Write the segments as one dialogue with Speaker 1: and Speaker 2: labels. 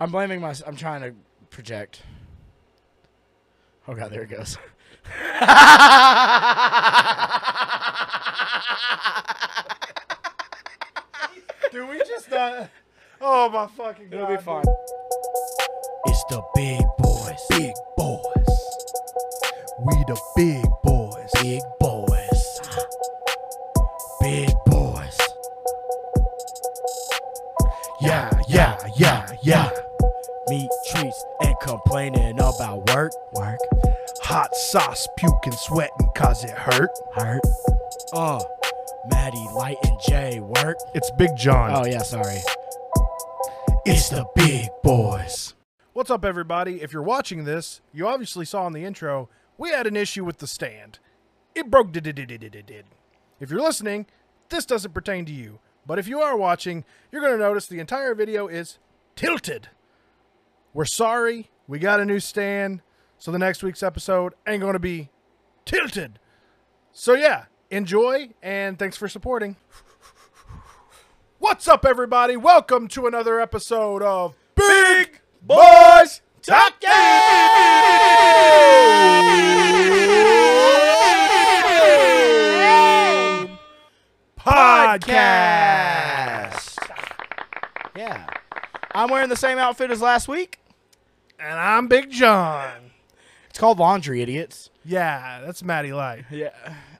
Speaker 1: I'm blaming my. I'm trying to project. Oh god, there it goes.
Speaker 2: Do we just not? Oh my fucking god!
Speaker 1: It'll be fine.
Speaker 3: It's the big boys, big boys. We the big boys, big boys, big boys. Yeah, yeah, yeah, yeah. Meat treats and complaining about work, work. Hot sauce, puking, sweating, cause it hurt, hurt. Oh, Maddie, Light, and Jay work.
Speaker 2: Uh, It's Big John.
Speaker 1: Oh yeah, sorry.
Speaker 3: It's the big boys.
Speaker 2: What's up, everybody? If you're watching this, you obviously saw in the intro we had an issue with the stand. It broke. Did did did did did did. If you're listening, this doesn't pertain to you. But if you are watching, you're going to notice the entire video is tilted. We're sorry. We got a new stand, so the next week's episode ain't going to be tilted. So yeah, enjoy and thanks for supporting. What's up, everybody? Welcome to another episode of Big Boys Talking. Podcast.
Speaker 1: Yeah. I'm wearing the same outfit as last week.
Speaker 2: And I'm Big John.
Speaker 1: It's called laundry, idiots.
Speaker 2: Yeah, that's Matty Light.
Speaker 1: Yeah.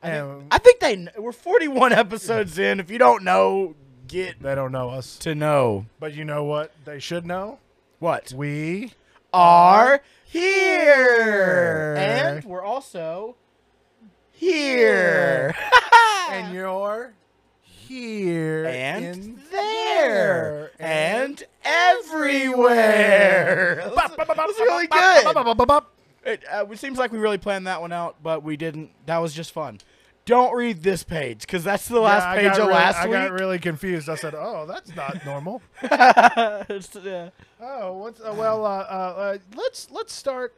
Speaker 1: I think,
Speaker 2: Um,
Speaker 1: I think they. kn- We're 41 episodes in. If you don't know, get
Speaker 2: They don't know us.
Speaker 1: to know.
Speaker 2: But you know what they should know?
Speaker 1: What?
Speaker 2: We
Speaker 1: are here. And we're also here.
Speaker 2: and you're here
Speaker 1: and
Speaker 2: in-
Speaker 1: there.
Speaker 2: there.
Speaker 1: And everywhere. That's that's really good. It, uh, it seems like we really planned that one out, but we didn't. That was just fun. Don't read this page because that's the
Speaker 2: Yeah,
Speaker 1: last
Speaker 2: I
Speaker 1: page of
Speaker 2: got really-
Speaker 1: last
Speaker 2: I
Speaker 1: week.
Speaker 2: got really confused. I said, "Oh, that's not normal."
Speaker 1: It's, uh,
Speaker 2: Oh, what's uh, well? Uh, uh, uh, let's let's start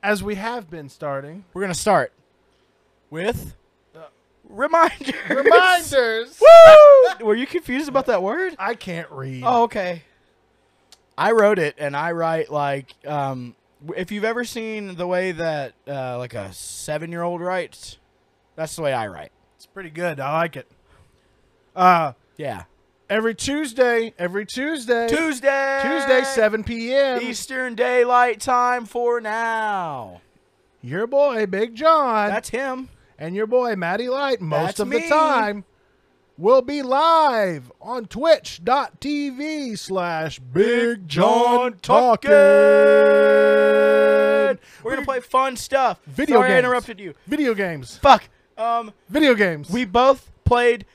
Speaker 2: as we have been starting.
Speaker 1: we're gonna start with reminders.
Speaker 2: Reminders.
Speaker 1: Woo! Were you confused about that word?
Speaker 2: I can't read.
Speaker 1: Oh, okay. I wrote it, and I write like um, w- if you've ever seen the way that uh, like a seven-year-old writes, that's the way I write.
Speaker 2: it's pretty good. I like it. Uh,
Speaker 1: Yeah.
Speaker 2: every Tuesday, every Tuesday,
Speaker 1: Tuesday.
Speaker 2: Tuesday, seven p.m.
Speaker 1: Eastern Daylight Time for now.
Speaker 2: Your boy Big John
Speaker 1: That's him.
Speaker 2: and your boy Matty Light most
Speaker 1: That's
Speaker 2: of
Speaker 1: me.
Speaker 2: the time will be live on twitch.tv slash Big John Talking.
Speaker 1: We're gonna play fun stuff.
Speaker 2: Video
Speaker 1: Sorry I
Speaker 2: games.
Speaker 1: interrupted you.
Speaker 2: Video games.
Speaker 1: Fuck. Um,
Speaker 2: Video games.
Speaker 1: we both played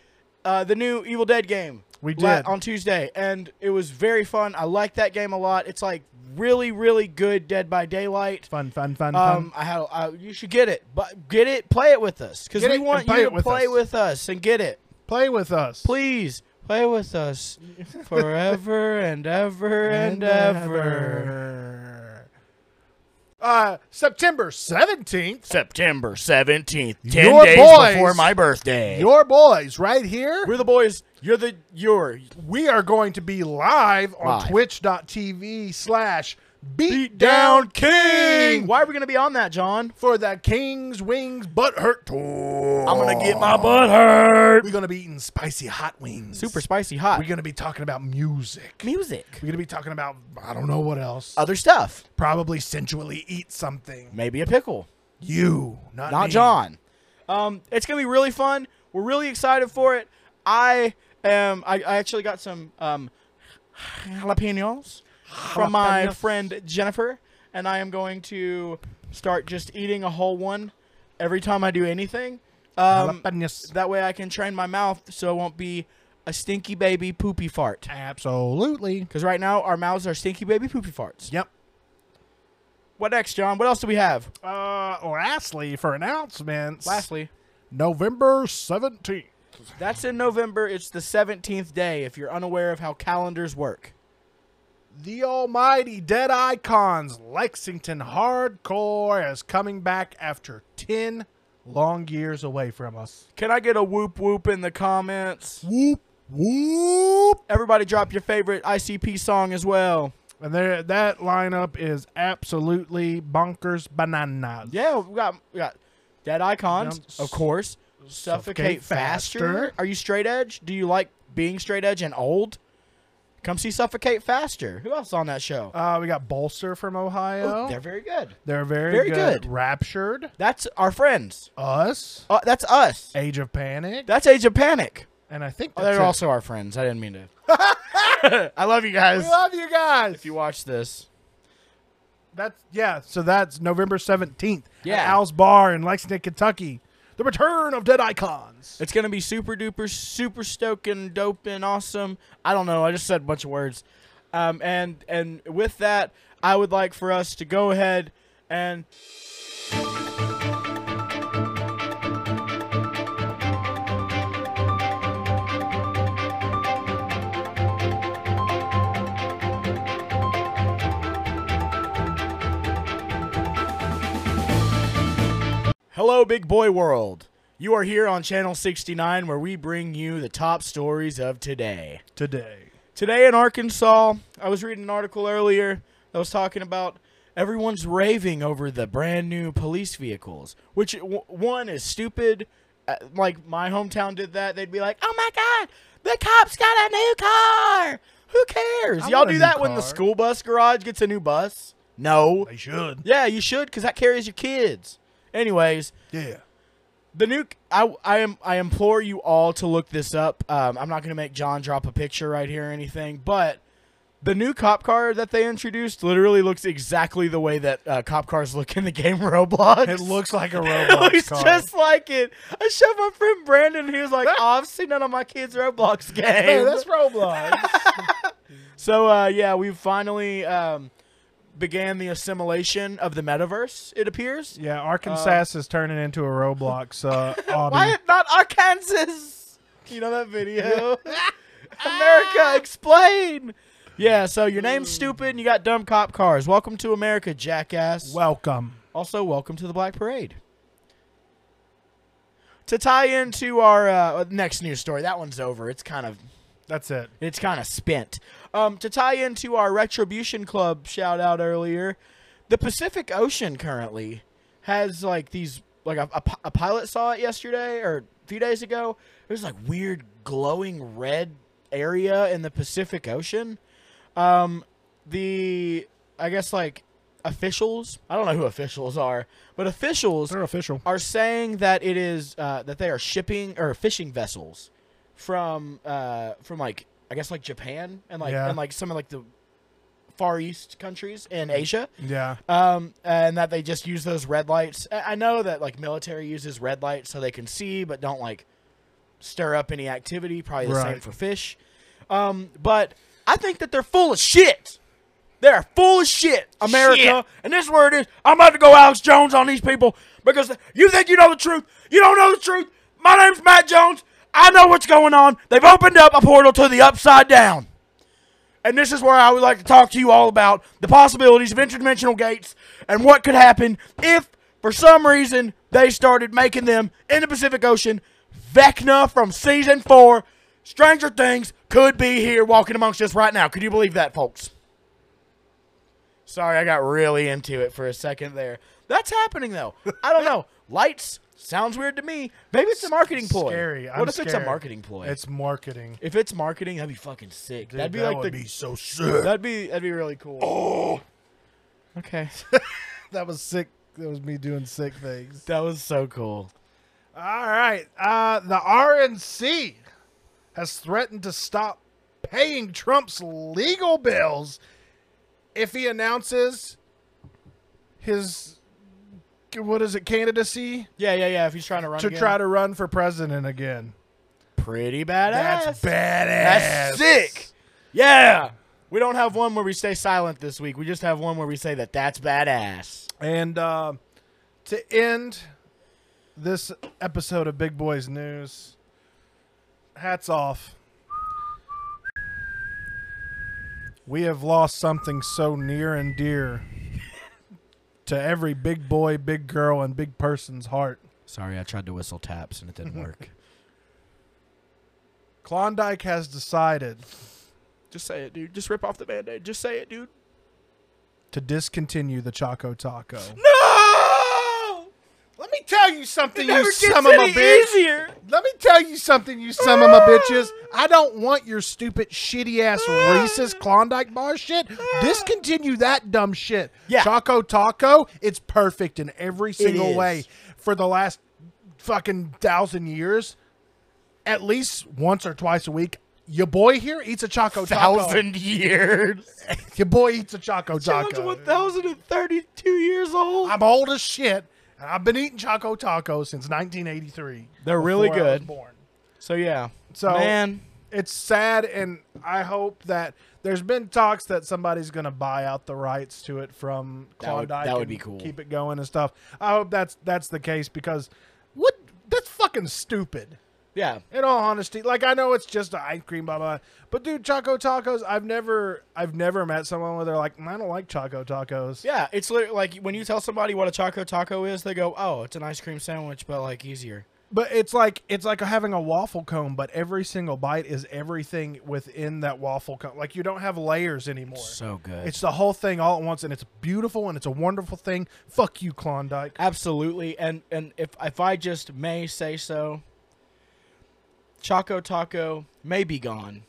Speaker 1: uh, the new Evil Dead game.
Speaker 2: We
Speaker 1: la-
Speaker 2: did.
Speaker 1: on Tuesday, and it was very fun. I like that game a lot. It's like really, really good Dead by Daylight.
Speaker 2: fun, fun, fun,
Speaker 1: Um,
Speaker 2: fun.
Speaker 1: I had I, you should get it, but get it, play it with us because
Speaker 2: Get
Speaker 1: we
Speaker 2: it and
Speaker 1: want
Speaker 2: play
Speaker 1: you
Speaker 2: it
Speaker 1: to
Speaker 2: with
Speaker 1: play
Speaker 2: us.
Speaker 1: with us and get it.
Speaker 2: Play with us.
Speaker 1: Please play with us forever and ever and, ever.
Speaker 2: ever. Uh, September 17th,
Speaker 1: September seventeenth,
Speaker 2: 10 Your days boys- before my
Speaker 1: birthday.
Speaker 2: your boys right here.
Speaker 1: We're the boys. You're the you're
Speaker 2: we are going to be live on
Speaker 1: Live.
Speaker 2: twitch.tv slash
Speaker 1: down
Speaker 2: beatdown
Speaker 1: king.
Speaker 2: king
Speaker 1: Why are we gonna be on that, John?
Speaker 2: for the king's wings butt hurt tour
Speaker 1: I'm gonna get my butt hurt.
Speaker 2: we're gonna be eating spicy hot wings
Speaker 1: Super spicy hot
Speaker 2: we're gonna be talking about music
Speaker 1: music,
Speaker 2: we're gonna be talking about i don't know what else
Speaker 1: other stuff,
Speaker 2: probably sensually eat something
Speaker 1: maybe a pickle.
Speaker 2: you not,
Speaker 1: not
Speaker 2: me.
Speaker 1: John. Um, it's gonna be really fun. We're really excited for it. I am. I, I actually got some um, jalapenos from my
Speaker 2: Jalapenos.
Speaker 1: friend Jennifer, and I am going to start just eating a whole one every time I do anything. Um,
Speaker 2: Jalapenos.
Speaker 1: that way I can train my mouth so it won't be a stinky baby poopy fart.
Speaker 2: absolutely
Speaker 1: Because right now our mouths are stinky baby poopy farts.
Speaker 2: yep
Speaker 1: What next, John? What else do we have?
Speaker 2: uh lastly for announcements
Speaker 1: Lastly.
Speaker 2: november 17th
Speaker 1: That's in November. It's the 17th day if you're unaware of how calendars work.
Speaker 2: The almighty Dead Icons Lexington Hardcore is coming back after 10 long years away from us.
Speaker 1: Can I get a whoop whoop in the comments?
Speaker 2: Whoop, whoop.
Speaker 1: Everybody drop your favorite ICP song as well.
Speaker 2: And there, that lineup is absolutely bonkers bananas.
Speaker 1: Yeah, we got we got dead icons,
Speaker 2: Yeah.
Speaker 1: of course. Suffocate,
Speaker 2: Suffocate
Speaker 1: faster.
Speaker 2: Faster.
Speaker 1: Are you straight edge? Do you like being straight edge and old? Come see Suffocate Faster. Who else on that show?
Speaker 2: Uh, we got Bolster from Ohio.
Speaker 1: Ooh, Oh, they're very good.
Speaker 2: They're very,
Speaker 1: very
Speaker 2: good.
Speaker 1: good.
Speaker 2: Raptured.
Speaker 1: That's our friends.
Speaker 2: Us.
Speaker 1: Uh, that's us.
Speaker 2: Age of Panic.
Speaker 1: That's Age of Panic.
Speaker 2: and I think
Speaker 1: Oh,
Speaker 2: that's
Speaker 1: they're
Speaker 2: it.
Speaker 1: also our friends. I didn't mean to. I love you guys.
Speaker 2: We love you guys.
Speaker 1: If you watch this,
Speaker 2: That's yeah. So that's November seventeenth. at
Speaker 1: Yeah.
Speaker 2: Al's Bar in Lexington, Kentucky. The return of Dead Icons.
Speaker 1: it's gonna be super duper, super stoking, dope and awesome. I don't know. I just said a bunch of words. Um, and and with that, I would like for us to go ahead and Hello, big boy world. You are here on Channel 69 where we bring you the top stories of today.
Speaker 2: Today.
Speaker 1: Today in Arkansas, I was reading an article earlier that was talking about everyone's raving over the brand new police vehicles, which w- one is stupid. Uh, like my hometown did that. They'd be like, "Oh my god, the cops got a new car." Who cares?
Speaker 2: I
Speaker 1: Y'all
Speaker 2: want a
Speaker 1: do
Speaker 2: new
Speaker 1: that when the
Speaker 2: car.
Speaker 1: school bus garage gets a new bus? No.
Speaker 2: They should.
Speaker 1: Yeah, you should cuz that carries your kids. Anyways,
Speaker 2: Yeah.
Speaker 1: the new I I am I implore you all to look this up. Um, I'm not gonna make John drop a picture right here or anything, but the new cop car that they introduced literally looks exactly the way that uh, cop cars look in the game Roblox.
Speaker 2: It looks like a
Speaker 1: It
Speaker 2: Roblox
Speaker 1: looks
Speaker 2: car.
Speaker 1: just like it. I showed my friend Brandon, and he was like, oh, "I've seen none of my kids' Roblox games."
Speaker 2: Hey, that's Roblox.
Speaker 1: So uh, yeah, we've finally um, began the assimilation of the metaverse. It appears.
Speaker 2: yeah, Arkansas is turning into a Roblox. Uh,
Speaker 1: Um, Why
Speaker 2: Aubie.
Speaker 1: not Arkansas? You know that video? America, explain. Yeah, so your name's stupid and you got dumb cop cars. Welcome to America, jackass.
Speaker 2: Welcome.
Speaker 1: also, welcome to the Black Parade. To tie into our uh, next news story, that one's over. It's kind of
Speaker 2: That's it.
Speaker 1: it's kind of spent. Um, to tie into our Retribution Club shout out earlier, the Pacific Ocean currently has like these like a, a pi- a pilot saw it yesterday or a few days ago. There's like weird glowing red area in the Pacific Ocean. Um, the I guess like officials. I don't know who officials are, but officials
Speaker 2: They're official.
Speaker 1: are saying that it is uh, that they are shipping or fishing vessels from uh, from like I guess like Japan and like
Speaker 2: Yeah.
Speaker 1: and like some of like the Far East countries in Asia,
Speaker 2: Yeah.
Speaker 1: um, and that they just use those red lights. I I know that like military uses red lights so they can see, but don't like stir up any activity. Probably the same
Speaker 2: Right.
Speaker 1: for fish. Um, but I think that they're full of shit. They're full of shit, America.
Speaker 2: Shit.
Speaker 1: And this word is I'm about to go Alex Jones on these people because you think you know the truth. You don't know the truth. My name's Matt Jones. I know what's going on. They've opened up a portal to the upside down. And this is where I would like to talk to you all about the possibilities of interdimensional gates and what could happen if, for some reason, they started making them in the Pacific Ocean. Vecna from season four, Stranger Things, could be here walking amongst us right now. Could you believe that, folks? Sorry, I got really into it for a second there. That's happening though. I don't know. Lights sounds weird to me. Maybe it's a marketing ploy.
Speaker 2: Scary. I'm
Speaker 1: what if it's a
Speaker 2: scared.
Speaker 1: marketing ploy?
Speaker 2: It's marketing.
Speaker 1: if it's marketing, that'd be fucking sick.
Speaker 2: Dude,
Speaker 1: that'd be
Speaker 2: that
Speaker 1: like
Speaker 2: would
Speaker 1: the
Speaker 2: be so sick.
Speaker 1: That'd be that'd be really cool. Oh. Okay.
Speaker 2: That was sick. That was me doing sick things.
Speaker 1: that was so cool.
Speaker 2: All right. Uh, the RNC has threatened to stop paying Trump's legal bills if he announces his what is it candidacy
Speaker 1: Yeah, yeah, yeah. If he's trying to run
Speaker 2: to
Speaker 1: again.
Speaker 2: try to run for president again.
Speaker 1: pretty badass.
Speaker 2: That's badass.
Speaker 1: That's sick. Yeah. We don't have one where we stay silent this week. We just have one where we say that that's badass.
Speaker 2: And uh, to end this episode of Big Boys News, hats off. We have lost something so near and dear to every big boy, big girl, and big person's heart.
Speaker 1: Sorry, I tried to whistle taps and it didn't work.
Speaker 2: Klondike has decided
Speaker 1: just say it, dude. Just rip off the band-aid. Just say it, dude.
Speaker 3: to discontinue the Choco Taco.
Speaker 1: No!
Speaker 2: Let me tell you
Speaker 1: It
Speaker 2: something,
Speaker 1: never
Speaker 2: you
Speaker 1: gets
Speaker 2: some of a
Speaker 1: any
Speaker 2: bitch.
Speaker 1: easier.
Speaker 2: Let me tell you something, you some of my bitches. I don't want your stupid, shitty ass Reese's Klondike bar shit. Discontinue that dumb shit.
Speaker 1: Yeah.
Speaker 2: Choco Taco, it's perfect in every single
Speaker 1: is.
Speaker 2: way for the last fucking thousand years. At least once or twice a week, your boy here eats a Choco Taco.
Speaker 1: Thousand years.
Speaker 2: Your boy eats a Choco
Speaker 1: John's
Speaker 2: Taco.
Speaker 1: 1,032 years old.
Speaker 2: I'm old as shit, and I've been eating Choco Taco since 1983.
Speaker 1: They're really
Speaker 2: before I was
Speaker 1: good.
Speaker 2: born.
Speaker 1: So yeah.
Speaker 2: So-
Speaker 1: man,
Speaker 2: it's sad and i hope that there's been talks that somebody's going to buy out the rights to it from
Speaker 1: That would-
Speaker 2: Klondike
Speaker 1: that would
Speaker 2: and
Speaker 1: be cool.
Speaker 2: keep it going and stuff i hope that's that's the case because what that's fucking stupid
Speaker 1: yeah.
Speaker 2: in all honesty like i know it's just a ice cream blah blah blah. but dude choco tacos i've never i've never met someone where they're like "Mm, i don't like choco tacos
Speaker 1: Yeah, it's lit like when you tell somebody what a choco taco is, they go, "Oh, it's an ice cream sandwich, but like easier."
Speaker 2: but it's like it's like having a waffle cone but every single bite is everything within that waffle cone like you don't have layers anymore
Speaker 1: So good.
Speaker 2: It's the whole thing all at once, and it's beautiful and it's a wonderful thing. Fuck you, Klondike.
Speaker 1: Absolutely, and and if if I just may say so, Choco Taco may be gone,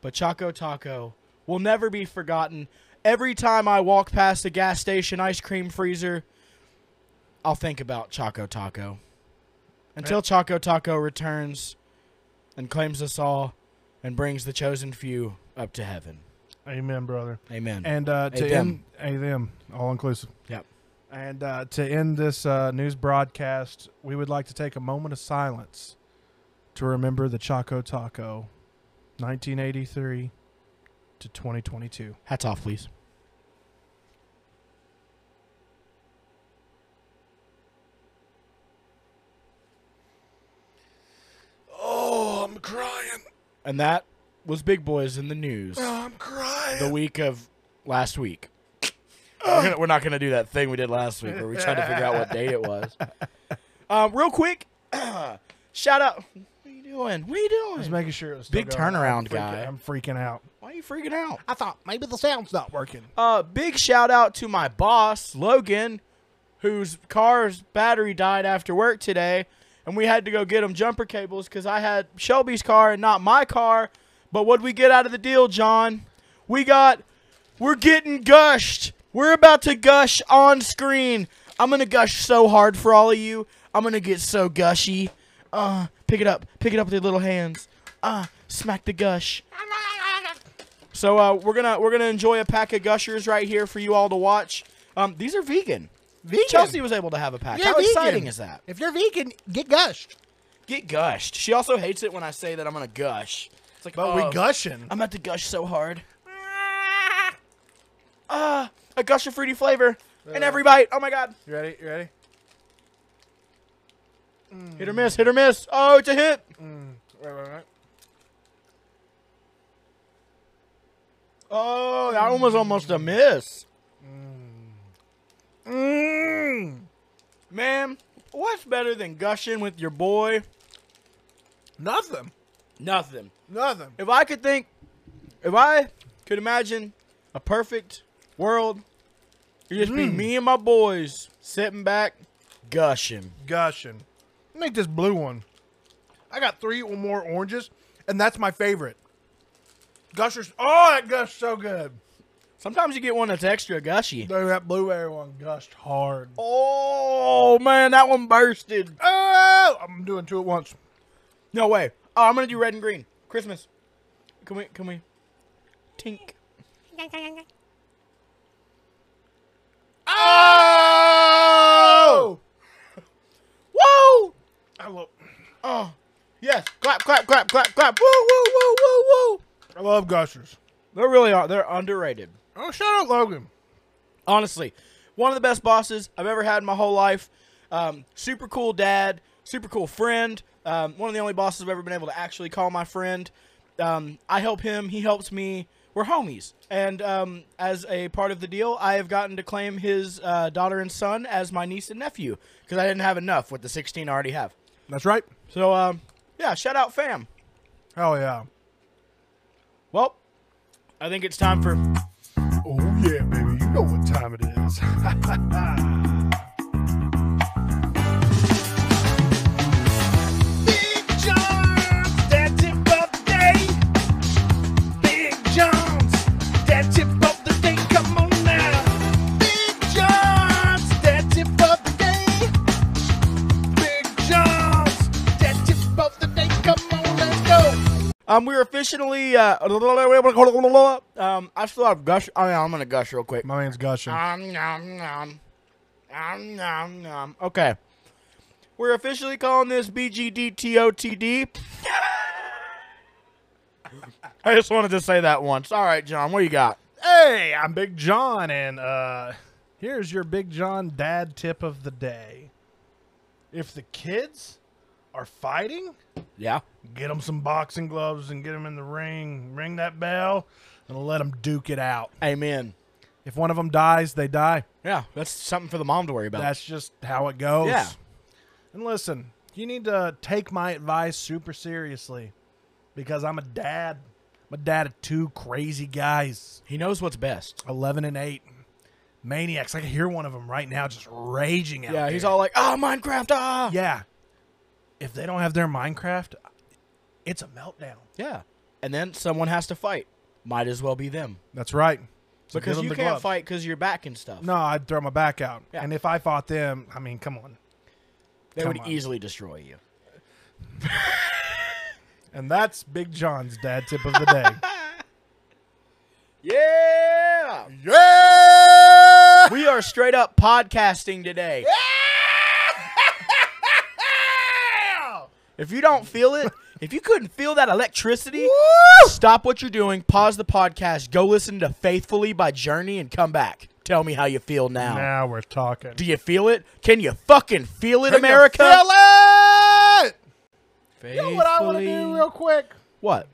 Speaker 1: but Choco Taco will never be forgotten. Every time I walk past a gas station ice cream freezer, I'll think about Choco Taco. Until Choco Taco returns and claims us all and brings the chosen few up to heaven.
Speaker 2: Amen, brother.
Speaker 1: Amen.
Speaker 2: And uh, to
Speaker 1: Hey,
Speaker 2: end, hey, them, all inclusive.
Speaker 1: yep.
Speaker 2: And uh, to end this uh, news broadcast, we would like to take a moment of silence to remember the Choco Taco, 1983 to 2022.
Speaker 1: Hats off, please.
Speaker 4: Oh, I'm crying.
Speaker 1: And that was Big Boys in the news.
Speaker 4: I'm crying.
Speaker 1: the week of last week. We're, gonna, we're not going to do that thing we did last week where we tried to figure out what day it was. Um, real quick, shout out. What are you doing? What are you doing?
Speaker 2: Just making sure it was still
Speaker 1: Big
Speaker 2: going. I'm
Speaker 1: turnaround
Speaker 2: freaking-
Speaker 1: guy.
Speaker 2: I'm freaking out.
Speaker 1: Why are you freaking out?
Speaker 2: I thought maybe the sound's not working.
Speaker 1: Uh, big shout out to my boss, Logan, whose car's battery died after work today, and we had to go get him jumper cables because I had Shelby's car and not my car. But what we get out of the deal, John? We got, we're getting gushed. We're about to gush on screen. I'm gonna gush so hard for all of you. I'm gonna get so gushy. Uh, pick it up, pick it up with your little hands. Uh, smack the gush. So uh, we're gonna we're gonna enjoy a pack of gushers right here for you all to watch. Um, these are vegan.
Speaker 2: Vegan.
Speaker 1: Chelsea was able to have a pack. How exciting is that?
Speaker 2: If you're vegan, get gushed.
Speaker 1: Get gushed. She also hates it when I say that I'm gonna gush. It's like,
Speaker 2: But
Speaker 1: oh,
Speaker 2: we gushing.
Speaker 1: I'm about to gush so hard. Ah, a gush of fruity flavor in every bite. Oh my god.
Speaker 2: You ready? You ready?
Speaker 1: Hit or miss. Hit or miss. Oh, it's a hit.
Speaker 2: Right, right, right.
Speaker 1: Oh, that one was almost a miss.
Speaker 2: Mmm.
Speaker 1: Man, what's better than gushing with your boy?
Speaker 2: Nothing.
Speaker 1: Nothing.
Speaker 2: Nothing.
Speaker 1: if I could think, if I could imagine a perfect world, it'd just be me and my boys sitting back, gushing.
Speaker 2: Gushing. Make this blue one. I got three or more oranges, and that's my favorite. Gushers. Oh, that gushed so good.
Speaker 1: Sometimes you get one that's extra gushy.
Speaker 2: Dude, that blueberry one gushed hard.
Speaker 1: Oh man, that one bursted.
Speaker 2: Oh, I'm doing two at once.
Speaker 1: No way. Oh, I'm gonna do red and green. Christmas. Can we? Can we? Tink.
Speaker 2: Oh!
Speaker 1: Whoa!
Speaker 2: I love,
Speaker 1: Oh, yes. Clap, clap, clap, clap, clap. Woo, woo, woo, woo, woo.
Speaker 2: I love gushers.
Speaker 1: They really are. They're underrated.
Speaker 2: Oh, shout out Logan.
Speaker 1: honestly one of the best bosses i've ever had in my whole life um, super cool dad super cool friend um, one of the only bosses i've ever been able to actually call my friend um, i help him he helps me we're homies and um, as a part of the deal i have gotten to claim his uh, daughter and son as my niece and nephew because i didn't have enough with the 16 i already have
Speaker 2: That's right.
Speaker 1: so um, yeah shout out fam
Speaker 2: Hell yeah.
Speaker 1: well i think it's time for
Speaker 2: Oh, yeah, baby. You
Speaker 3: know what time it is. Big John's that tip of the day. Big John's that tip of the day. Come on now. Big John's that tip of the day. Big John's that tip of the day. Come on, let's go.
Speaker 1: Um, we're officially. Uh, um, I still have gush. I mean, I'm gonna gush real quick.
Speaker 2: My man's gushing.
Speaker 1: Um, nom, nom. Um, nom, nom. Okay. We're officially calling this BGDTOTD. I just wanted to say that once. All right, John, what you got?
Speaker 2: Hey, I'm Big John, and uh, here's your Big John dad tip of the day. If the kids are fighting,
Speaker 1: Yeah.
Speaker 2: get them some boxing gloves and get them in the ring. Ring that bell and let them duke it out.
Speaker 1: Amen.
Speaker 2: If one of them dies, they die.
Speaker 1: Yeah, that's something for the mom to worry about.
Speaker 2: That's just how it goes.
Speaker 1: Yeah.
Speaker 2: And listen, you need to take my advice super seriously because I'm a dad. I'm a dad of two crazy guys,
Speaker 1: he knows what's best.
Speaker 2: 11 and 8. Maniacs. I can hear one of them right now just raging out.
Speaker 1: Yeah, he's
Speaker 2: there.
Speaker 1: all like, "Ah, Minecraft, ah."
Speaker 2: Yeah. If they don't have their Minecraft, it's a meltdown.
Speaker 1: Yeah. And then someone has to fight. Might as well be them
Speaker 2: That's right.
Speaker 1: because you can't fight because your back and stuff.
Speaker 2: No, I'd throw my back out.
Speaker 1: Yeah.
Speaker 2: And if I fought them, I mean, come on.
Speaker 1: they would
Speaker 2: come on.
Speaker 1: easily destroy you.
Speaker 2: And that's Big John's dad tip of the day.
Speaker 1: Yeah.
Speaker 3: Yeah!
Speaker 1: We are straight up podcasting today. If you don't feel it, if you couldn't feel that electricity, stop what you're doing, pause the podcast, go listen to Faithfully by Journey, and come back. Tell me how you feel now.
Speaker 2: now we're talking.
Speaker 1: Do you feel it? Can you fucking feel it,
Speaker 3: Can you
Speaker 1: America?
Speaker 3: feel it?
Speaker 1: You
Speaker 2: know what I want to do real quick?
Speaker 1: What?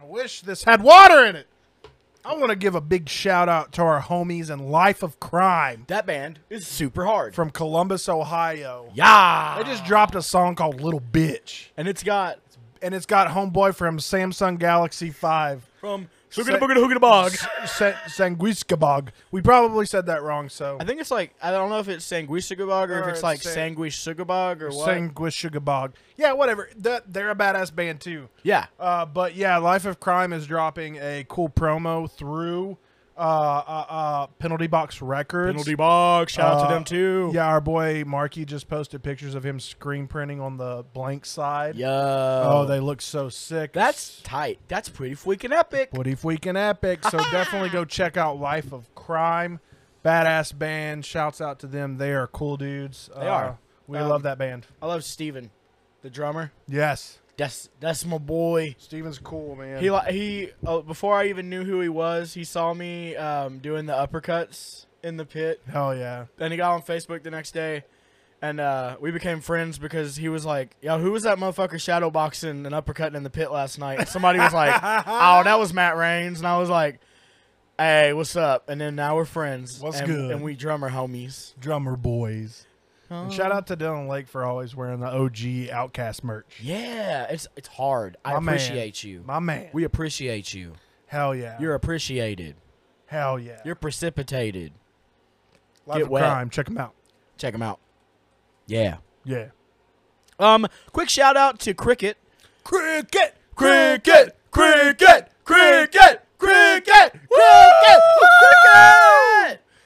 Speaker 2: I wish this had water in it. I want to give a big shout out to our homies in Life of Crime
Speaker 1: That band is super hard.
Speaker 2: from Columbus, Ohio.
Speaker 1: yeah.
Speaker 2: They just dropped a song called Little Bitch,
Speaker 1: and it's got
Speaker 2: and it's got homeboy from Samsung Galaxy 5,
Speaker 1: from
Speaker 2: Hoogada Boogada
Speaker 1: Hoogada Bog.
Speaker 2: Sa- Sanguiskabog. We probably said that wrong, so
Speaker 1: I think it's like I don't know if it's Sanguishugabog or if
Speaker 2: Or
Speaker 1: it's
Speaker 2: it's
Speaker 1: like
Speaker 2: Sang-
Speaker 1: Sanguishugabog or what.
Speaker 2: Sanguiskabog. Yeah, whatever. That, they're a badass band too.
Speaker 1: yeah.
Speaker 2: Uh, but yeah, Life of Crime is dropping a cool promo through uh, uh, uh, Penalty Box Records.
Speaker 1: Bog. Shout
Speaker 2: Uh,
Speaker 1: too.
Speaker 2: Yeah, our boy Marky just posted pictures of him screen printing on the blank side.
Speaker 1: Yo.
Speaker 2: Oh, they look so sick.
Speaker 1: That's tight. That's pretty freaking epic.
Speaker 2: what if weekend epic. So definitely go check out Life of Crime, badass band. Shouts out to them. They are cool dudes. They
Speaker 1: are.
Speaker 2: We
Speaker 1: Um,
Speaker 2: love that band.
Speaker 1: I love Steven, the drummer.
Speaker 2: Yes,
Speaker 1: That's that's my boy.
Speaker 2: Steven's cool man.
Speaker 1: He li- he. Oh, before I even knew who he was, he saw me um, doing the uppercuts in the pit,
Speaker 2: Hell yeah.
Speaker 1: and he got on Facebook the next day, and uh, we became friends because he was like, "Yo, who was that motherfucker shadowboxing and uppercutting in the pit last night?" And somebody was like, "Oh, that was Matt Rains," and I was like. Hey, what's up? And then now we're friends.
Speaker 2: What's
Speaker 1: and,
Speaker 2: good?
Speaker 1: And we drummer homies.
Speaker 2: Drummer boys. And shout out to Dylan Lake for always wearing the OG Outcast merch.
Speaker 1: Yeah, it's it's hard. I
Speaker 2: My man.
Speaker 1: appreciate you.
Speaker 2: My man.
Speaker 1: We appreciate you.
Speaker 2: Hell yeah.
Speaker 1: You're appreciated.
Speaker 2: Hell yeah.
Speaker 1: You're precipitated.
Speaker 2: Life
Speaker 1: get
Speaker 2: of
Speaker 1: wet.
Speaker 2: Crime. Check them out.
Speaker 1: Check them out. Yeah.
Speaker 2: Yeah.
Speaker 1: Um. Quick shout out to Cricket.
Speaker 2: Cricket.
Speaker 1: Cricket. Cricket. Cricket. Cricket. Cricket. Cricket.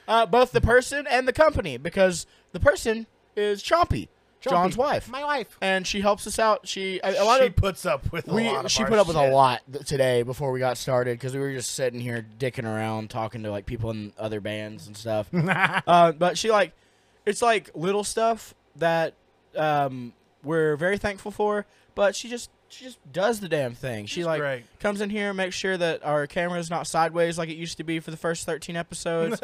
Speaker 1: Uh, both the person and the company, because the person is Chompy, John's wife,
Speaker 2: My wife.
Speaker 1: and she helps us out. She a, a lot
Speaker 2: she
Speaker 1: of
Speaker 2: puts up with a
Speaker 1: we
Speaker 2: lot of
Speaker 1: she
Speaker 2: our
Speaker 1: put up with a
Speaker 2: shit.
Speaker 1: lot th- today before we got started because we were just sitting here dicking around talking to like people in other bands and stuff. uh, but she like, it's like little stuff that um, we're very thankful for. But she just she just does the damn thing. She like
Speaker 2: great.
Speaker 1: comes in here, makes sure that our camera's not sideways like it used to be for the first thirteen episodes.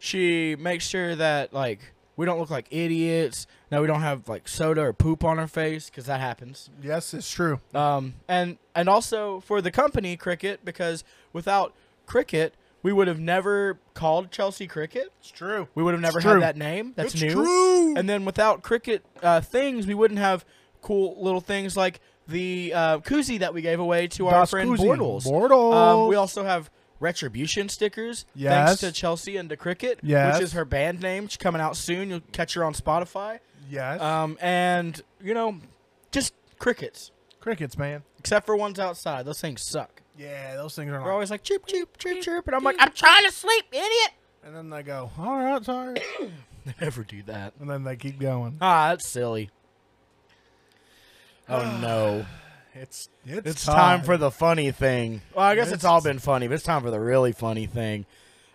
Speaker 1: she makes sure that like we don't look like idiots. No, we don't have like soda or poop on our face because that happens.
Speaker 2: Yes, it's true.
Speaker 1: Um, and and also for the company Cricket because without Cricket we would have never called Chelsea Cricket.
Speaker 2: It's true.
Speaker 1: We would have never
Speaker 2: It's
Speaker 1: had
Speaker 2: true.
Speaker 1: that name. That's
Speaker 2: It's
Speaker 1: new.
Speaker 2: true.
Speaker 1: And then without Cricket uh, things, we wouldn't have cool little things like the uh, koozie that we gave away to our
Speaker 2: Das
Speaker 1: friend
Speaker 2: Koozie.
Speaker 1: Bortles.
Speaker 2: Bortles.
Speaker 1: Um, we also have Retribution stickers.
Speaker 2: Yes.
Speaker 1: Thanks to Chelsea and the Cricket,
Speaker 2: Yes.
Speaker 1: which is her band name. She's coming out soon. You'll catch her on Spotify.
Speaker 2: Yes.
Speaker 1: Um, and, you know, just crickets,
Speaker 2: Crickets, man.
Speaker 1: except for ones outside. Those things suck.
Speaker 2: Yeah, those things are
Speaker 1: They're
Speaker 2: not.
Speaker 1: always like chirp, chirp, chirp, chirp. And I'm like, I'm trying to sleep, idiot.
Speaker 2: And then they go, all right, sorry.
Speaker 1: They never do that.
Speaker 2: and then they keep going.
Speaker 1: Ah, that's silly. Oh, no.
Speaker 2: It's it's,
Speaker 1: It's time for the funny thing. Well, I guess it's,
Speaker 2: It's-
Speaker 1: all been funny, but it's time for the really funny thing.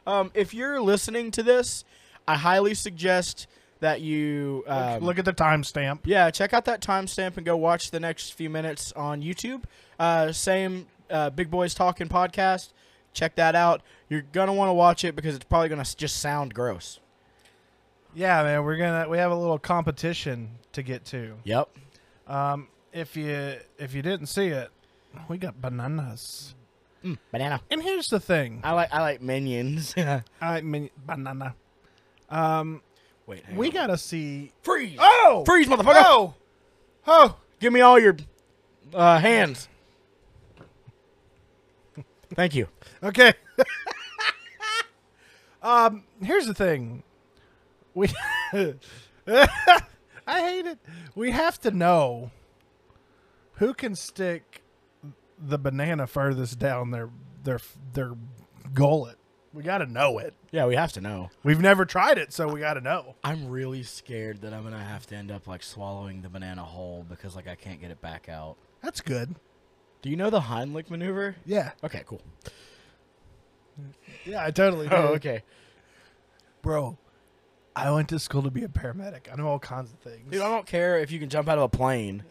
Speaker 1: Um, if you're listening to this, I highly suggest that you um,
Speaker 2: Look at the timestamp.
Speaker 1: yeah, check out that timestamp and go watch the next few minutes on YouTube. Uh, same uh, Big Boys Talking podcast. Check that out. You're gonna want to watch it because it's probably gonna s- just sound gross.
Speaker 2: Yeah, man, we're gonna we have a little competition to get to.
Speaker 1: Yep.
Speaker 2: Um, if you if you didn't see it, we got bananas.
Speaker 1: Banana.
Speaker 2: And here's the thing,
Speaker 1: I like I like minions.
Speaker 2: I mean banana. Um,
Speaker 1: Wait.
Speaker 2: we gotta see.
Speaker 1: freeze.
Speaker 2: Oh,
Speaker 1: Freeze, motherfucker.
Speaker 2: oh, oh!
Speaker 1: Give me all your uh, hands. Thank you.
Speaker 2: Okay. um, here's the thing, we. I hate it. We have to know who can stick the banana furthest down their their their gullet. We got to know it.
Speaker 1: Yeah, we have to know.
Speaker 2: We've never tried it, so we got to know.
Speaker 1: I'm really scared that I'm gonna have to end up like swallowing the banana whole because like I can't get it back out.
Speaker 2: That's good.
Speaker 1: Do you know the Heimlich maneuver?
Speaker 2: Yeah.
Speaker 1: Okay, cool.
Speaker 2: Yeah, I totally do.
Speaker 1: Oh, okay.
Speaker 2: Bro, I went to school to be a paramedic. I know all kinds of things.
Speaker 1: Dude, I don't care if you can jump out of a plane.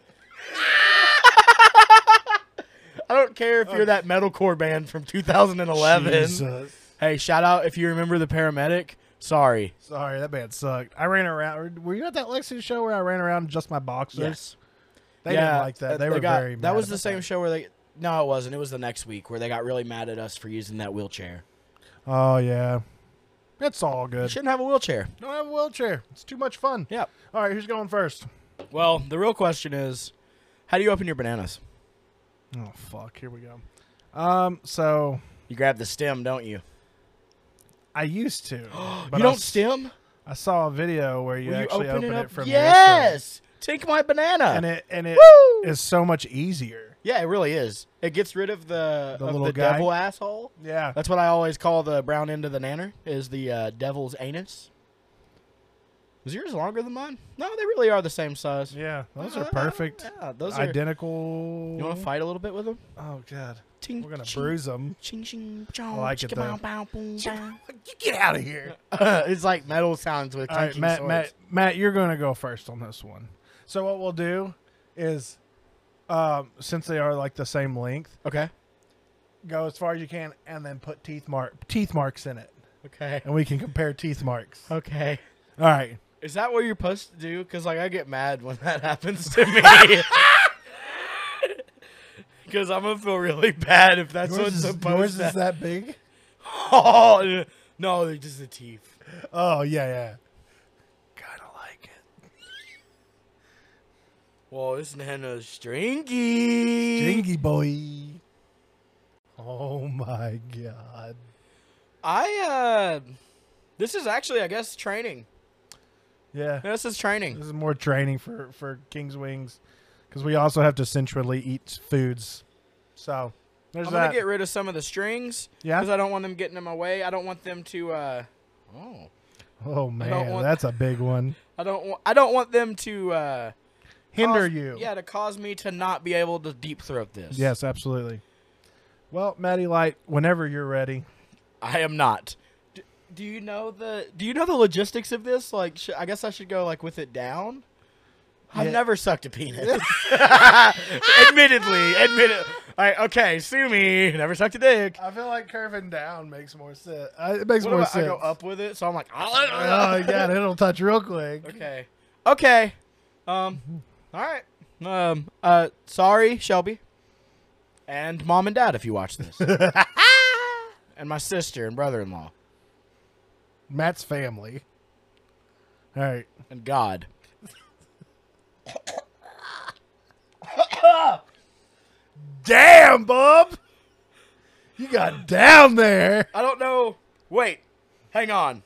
Speaker 1: I don't care if you're that metalcore band from 2011.
Speaker 2: Jesus.
Speaker 1: Hey, shout out if you remember the paramedic. Sorry.
Speaker 2: Sorry, that band sucked. I ran around. Were you at that Lexus show where I ran around in just my boxers? They didn't like that. They, were
Speaker 1: uh, got-
Speaker 2: very mad
Speaker 1: That was the
Speaker 2: about
Speaker 1: same show where they. No, it wasn't. It was the next week where they got really mad at us for using that wheelchair.
Speaker 2: Oh, yeah. It's all
Speaker 1: You
Speaker 2: good.
Speaker 1: shouldn't have a wheelchair.
Speaker 2: Don't have a wheelchair. It's too much fun.
Speaker 1: Yep.
Speaker 2: All right, who's going first?
Speaker 1: Well, the real question is, how do you open your bananas?
Speaker 2: Oh, fuck. Here we go. Um, so
Speaker 1: You grab the stem, don't you?
Speaker 2: I used to. but
Speaker 1: you
Speaker 2: I
Speaker 1: don't
Speaker 2: s-
Speaker 1: stem?
Speaker 2: I saw a video where you
Speaker 1: Will you
Speaker 2: actually open, it,
Speaker 1: up?
Speaker 2: from your side.
Speaker 1: yes. Take my banana.
Speaker 2: and it and it is so much easier.
Speaker 1: yeah, it really is. It gets rid of the
Speaker 2: The
Speaker 1: of
Speaker 2: little
Speaker 1: the
Speaker 2: guy?
Speaker 1: devil asshole.
Speaker 2: Yeah.
Speaker 1: That's what I always call the brown end of the nanner is the uh, devil's anus. Was yours longer than mine? No, they really are the same size.
Speaker 2: Yeah. Those are
Speaker 1: Uh,
Speaker 2: perfect.
Speaker 1: Yeah, those are.
Speaker 2: Identical.
Speaker 1: You want to fight a little bit with them?
Speaker 2: Oh god.
Speaker 1: Ting,
Speaker 2: We're gonna
Speaker 1: ching,
Speaker 2: bruise them.
Speaker 1: Ching, ching,
Speaker 2: I like it, though.
Speaker 3: Uh,
Speaker 2: Get out of here.
Speaker 1: it's like metal sounds with
Speaker 2: All right,
Speaker 1: clanking
Speaker 2: Matt,
Speaker 1: swords.
Speaker 2: Matt, Matt, you're going to go first on this one. So what we'll do is, um, since they are like the same length,
Speaker 1: Okay.
Speaker 2: go as far as you can, and then put teeth mark teeth marks in it,
Speaker 1: Okay.
Speaker 2: and we can compare teeth marks. All
Speaker 1: Okay.
Speaker 2: right.
Speaker 1: Is that what you're supposed to do? Because like I get mad when that happens to me. Because I'm gonna feel really bad if that's what's supposed to.
Speaker 2: that big.
Speaker 1: oh no, they're just the teeth.
Speaker 2: Oh yeah, yeah. Kind of like it.
Speaker 1: Whoa, this nana's stringy.
Speaker 2: Dingy boy. Oh my god.
Speaker 1: I uh, this is actually I guess training.
Speaker 2: Yeah.
Speaker 1: This is training.
Speaker 2: This is more training for for King's Wings because we also have to centrally eat foods. So there's
Speaker 1: I'm
Speaker 2: that.
Speaker 1: gonna get rid of some of the strings.
Speaker 2: Yeah?
Speaker 1: Because I don't want them getting in my way. I don't want them to. Uh, oh.
Speaker 2: oh man,
Speaker 1: want-
Speaker 2: that's a big one.
Speaker 1: I don't. wa- I don't want them to uh,
Speaker 2: Hinder
Speaker 1: cause-
Speaker 2: you.
Speaker 1: Yeah, to cause me to not be able to deep throat this.
Speaker 2: Yes, absolutely. Well, Maddie Light, whenever you're ready.
Speaker 1: I am not. D- do you know the Do you know the logistics of this? Like, sh- I guess I should go like with it down. I've
Speaker 2: Yeah.
Speaker 1: never sucked a penis. admittedly, admit it. Like, okay, sue me. Never sucked a dick.
Speaker 2: I feel like curving down makes more sense. Uh, it makes
Speaker 1: What
Speaker 2: more
Speaker 1: about I
Speaker 2: sense.
Speaker 1: go up with it? So I'm like,
Speaker 2: Oh yeah, it'll touch real quick.
Speaker 1: okay, okay. Um, all right. Um, uh, sorry, Shelby, and mom and dad if you watch this, and my sister and brother-in-law
Speaker 2: Matt's family. All right.
Speaker 1: and God.
Speaker 2: Damn, bub.
Speaker 3: You got down there.
Speaker 1: I don't know. Wait, hang on.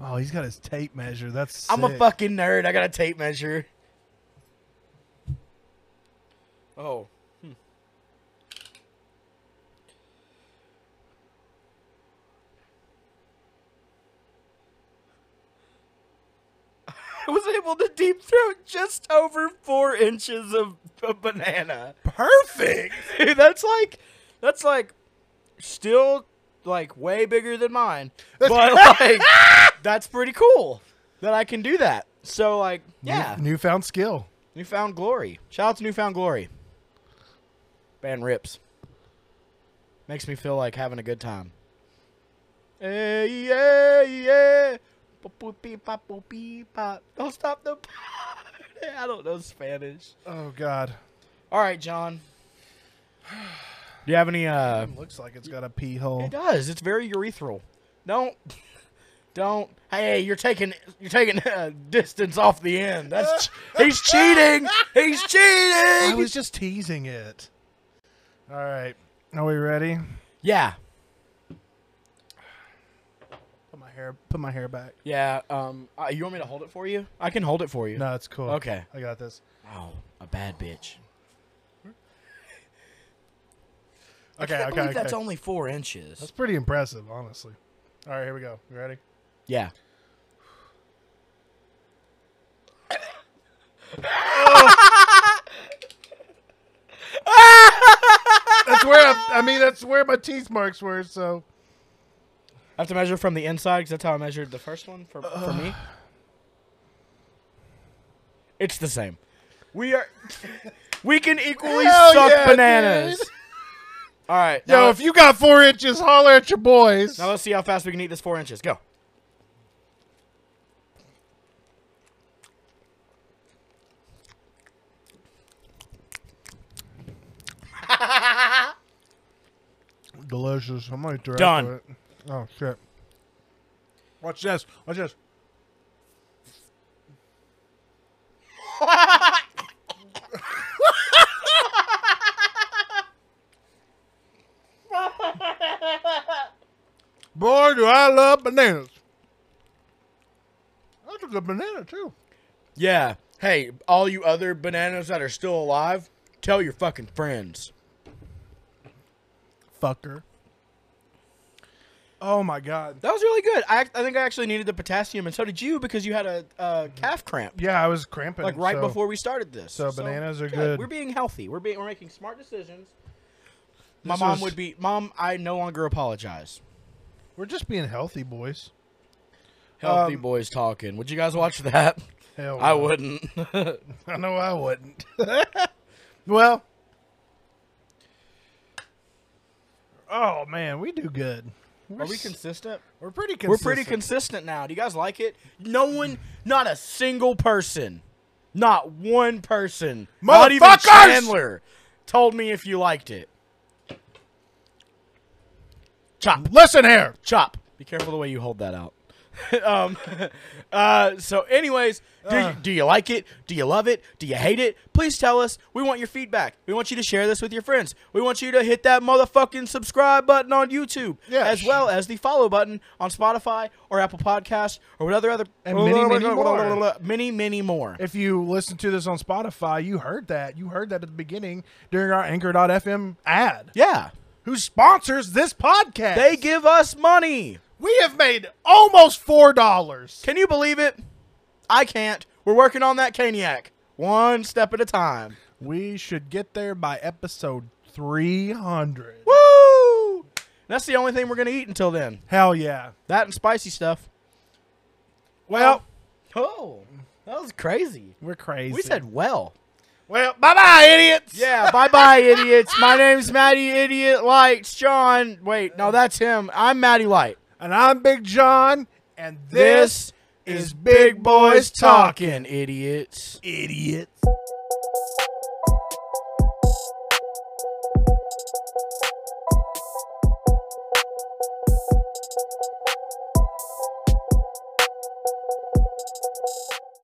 Speaker 2: Oh, he's got his tape measure. That's
Speaker 1: I'm a
Speaker 2: sick.
Speaker 1: fucking nerd. I got a tape measure. Oh. Hmm. I was able to deep throat just over four inches of a banana.
Speaker 3: Perfect.
Speaker 1: Dude, that's like, that's like, still like way bigger than mine. But like, that's pretty cool that I can do that. So like, yeah,
Speaker 3: Newfound skill.
Speaker 1: newfound glory. Shout out to newfound glory. Band rips. Makes me feel like having a good time. Hey, yeah, yeah. Pop-pop-pee-pop-pop-pee-pop. Don't stop the. I don't know Spanish.
Speaker 3: Oh God.
Speaker 1: All right, John. Do you have any? uh
Speaker 3: Looks like it's got a pee hole.
Speaker 1: It does. It's very urethral. Don't, don't. Hey, you're taking you're taking uh, distance off the end. That's he's cheating. He's
Speaker 3: I
Speaker 1: cheating.
Speaker 3: was just teasing it. All right.
Speaker 2: Are we ready?
Speaker 1: yeah,
Speaker 2: Put my hair. Put my hair back.
Speaker 1: yeah. Um, uh, you want me to hold it for you? I can hold it for you.
Speaker 2: No, it's cool.
Speaker 1: Okay.
Speaker 2: I got this.
Speaker 1: Oh, a bad bitch.
Speaker 2: Okay,
Speaker 1: I
Speaker 2: okay,
Speaker 1: believe
Speaker 2: okay.
Speaker 1: that's only four inches.
Speaker 2: That's pretty impressive, honestly. All right, here we go. You ready?
Speaker 1: yeah.
Speaker 2: That's where I, I mean. That's where my teeth marks were. So
Speaker 1: I have to measure from the inside because that's how I measured the first one for, for me. It's the same. We are. we can equally
Speaker 2: Hell
Speaker 1: suck
Speaker 2: yeah,
Speaker 1: bananas.
Speaker 2: dude.
Speaker 1: All right. Now,
Speaker 2: yo, if you got four inches, holler at your boys.
Speaker 1: now let's see how fast we can eat this four inches. Go.
Speaker 2: Delicious. I might direct
Speaker 1: Done.
Speaker 2: it. Oh shit. Watch this. Watch this. Boy, do I love bananas. That's a good banana too.
Speaker 1: Yeah. Hey, all you other bananas that are still alive, tell your fucking friends.
Speaker 2: Fucker. Oh my god.
Speaker 1: That was really good. I, act- I think I actually needed the potassium, and so did you because you had a, uh calf cramp
Speaker 2: Yeah, I was cramping.
Speaker 1: like right
Speaker 2: so-
Speaker 1: before we started this.
Speaker 2: so bananas are good.
Speaker 1: We're being healthy. We're being we're making smart decisions. My
Speaker 2: This
Speaker 1: mom
Speaker 2: was-
Speaker 1: would be mom. I no longer apologize.
Speaker 2: We're just being healthy, boys.
Speaker 1: Healthy boys talking. Would you guys watch that?
Speaker 2: Hell,
Speaker 1: I
Speaker 2: no.
Speaker 1: wouldn't.
Speaker 2: I know I wouldn't. well, oh man, we do good. We're,
Speaker 1: Are we
Speaker 2: s-
Speaker 1: consistent?
Speaker 2: we're pretty
Speaker 1: We're
Speaker 2: consistent.
Speaker 1: pretty consistent now. Do you guys like it? No one, not a single person, not one person, not even
Speaker 2: Motherfuckers!
Speaker 1: Chandler, told me if you liked it. Chop.
Speaker 2: Listen here.
Speaker 1: chop. Be careful the way you hold that out. um, uh, so, anyways, do, you, do you like it? Do you love it? Do you hate it? Please tell us. We want your feedback. We want you to share this with your friends. We want you to hit that motherfucking subscribe button on YouTube,
Speaker 2: Yeah.
Speaker 1: as well as the follow button on Spotify or Apple Podcasts or whatever other
Speaker 2: And many, many more.
Speaker 1: many, many more.
Speaker 2: If you listen to this on Spotify, you heard that. You heard that at the beginning during our Anchor.fm ad.
Speaker 1: Yeah,
Speaker 2: Who sponsors this podcast?
Speaker 1: they give us money.
Speaker 2: we have made almost four dollars.
Speaker 1: Can you believe it? I can't. We're working on that caniac, one step at a time.
Speaker 2: We should get there by episode three hundred.
Speaker 1: Woo! That's the only thing we're gonna eat until then.
Speaker 2: Hell yeah.
Speaker 1: That and spicy stuff.
Speaker 2: Well,
Speaker 1: Oh, that was crazy.
Speaker 2: we're crazy.
Speaker 1: We said well.
Speaker 2: well, bye bye, idiots.
Speaker 1: Yeah. Bye bye, idiots. My name's Matty Idiot Lights. John. Wait, no, that's him. I'm Matty Light.
Speaker 2: And I'm Big John, and
Speaker 1: This is Big Boys Talking, idiots.
Speaker 2: Idiots.